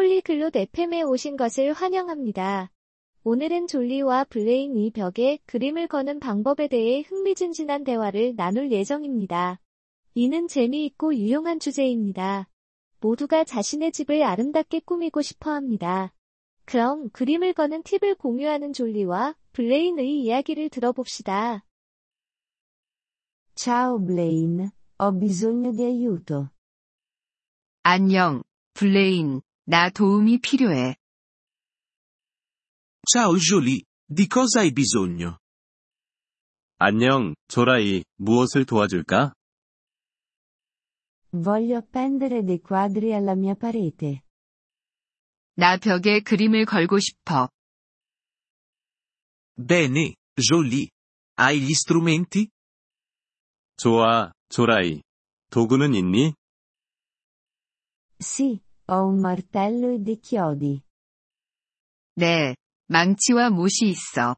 폴리글롯 FM에 오신 것을 환영합니다. 오늘은 졸리와 블레인 이 벽에 그림을 거는 방법에 대해 흥미진진한 대화를 나눌 예정입니다. 이는 재미있고 유용한 주제입니다. 모두가 자신의 집을 아름답게 꾸미고 싶어 합니다. 그럼 그림을 거는 팁을 공유하는 졸리와 블레인의 이야기를 들어봅시다. Ciao Blaine, ho bisogno di aiuto. 안녕, 블레인. 나 도움이 필요해. Ciao Jolie, di cosa hai bisogno? 안녕, 조라이. 무엇을 도와줄까? Voglio appendere dei quadri alla mia parete. 나 벽에 그림을 걸고 싶어. Bene, Jolie. Hai gli strumenti? 좋아, 조라이. 도구는 있니? Sì, ho un martello e dei chiodi. 네. 망치와 못이 있어.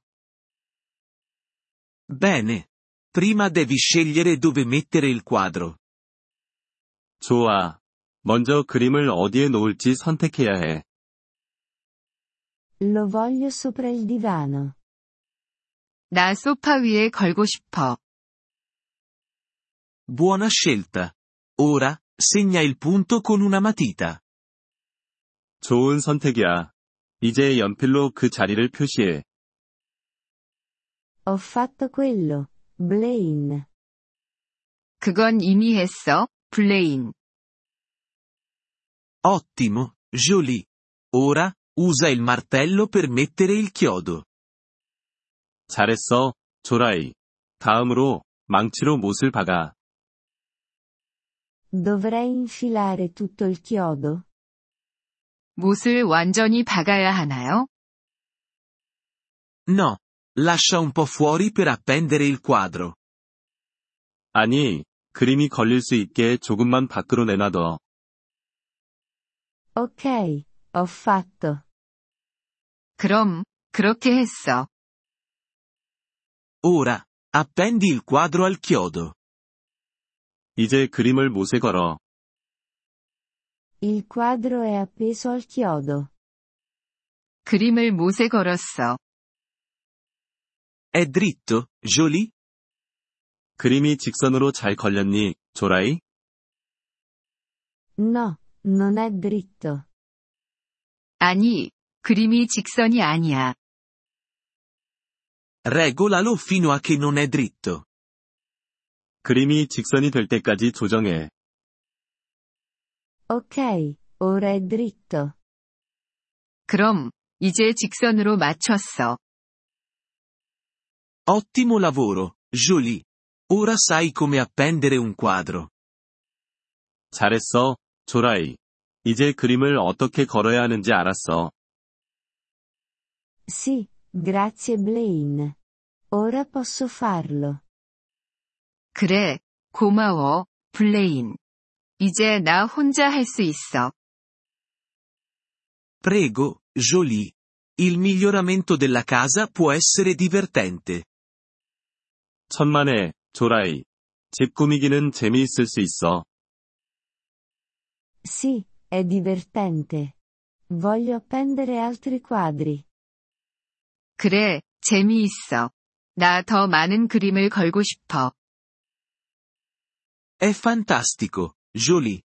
Bene. Prima devi scegliere dove mettere il quadro. 좋아. 먼저 그림을 어디에 놓을지 선택해야 해. Lo voglio sopra il divano. 나 소파 위에 걸고 싶어. Buona scelta. Ora, segna il punto con una matita. 좋은 선택이야. 이제 연필로 그 자리를 표시해. Ho fatto quello, Blaine. 그건 이미 했어, 블레인. Ottimo, Jolie. Ora, usa il martello per mettere il chiodo. 잘했어, 조라이. 다음으로 망치로 못을 박아. Dovrei infilare tutto il chiodo? 못을 완전히 박아야 하나요? No. Lascia un po' fuori per appendere il quadro. 아니, 그림이 걸릴 수 있게 조금만 밖으로 내놔둬. Ok, ho fatto. 그럼, 그렇게 했어. Ora, appendi il quadro al chiodo. 이제 그림을 못에 걸어. Il quadro è appeso al chiodo. 그림을 못에 걸었어. È dritto, Jolie? 그림이 직선으로 잘 걸렸니, 조라이? No, non è dritto. 아니, 그림이 직선이 아니야. Regolalo fino a che non è dritto. 그림이 직선이 될 때까지 조정해. Ok, ora è dritto. 그럼, 이제 직선으로 맞췄어. Ottimo lavoro, Jolie. Ora sai come appendere un quadro. 잘했어, 조라이. 이제 그림을 어떻게 걸어야 하는지 알았어. Sì, grazie Blaine. Ora posso farlo. 그래, 고마워, 블레인. 이제 나 혼자 할 수 있어. Prego, Jolie. Il miglioramento della casa può essere divertente. 천만에, 조라이. 집 꾸미기는 재미있을 수 있어. Sì, è divertente. Voglio appendere altri quadri. 그래, 재미있어. 나 더 많은 그림을 걸고 싶어. È fantastico, Jolie.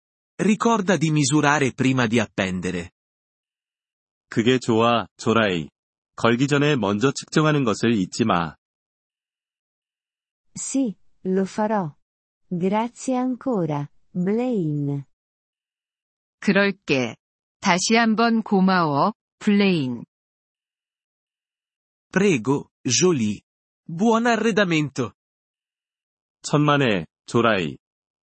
Ricorda di misurare prima di appendere. 그게 좋아, 조라이. 걸기 전에 먼저 측정하는 것을 잊지 마. Sì, lo farò. Grazie ancora, Blaine. 그럴게. 다시 한번 고마워, 블레인. Prego, Jolie. Buon arredamento. 천만에, 조라이.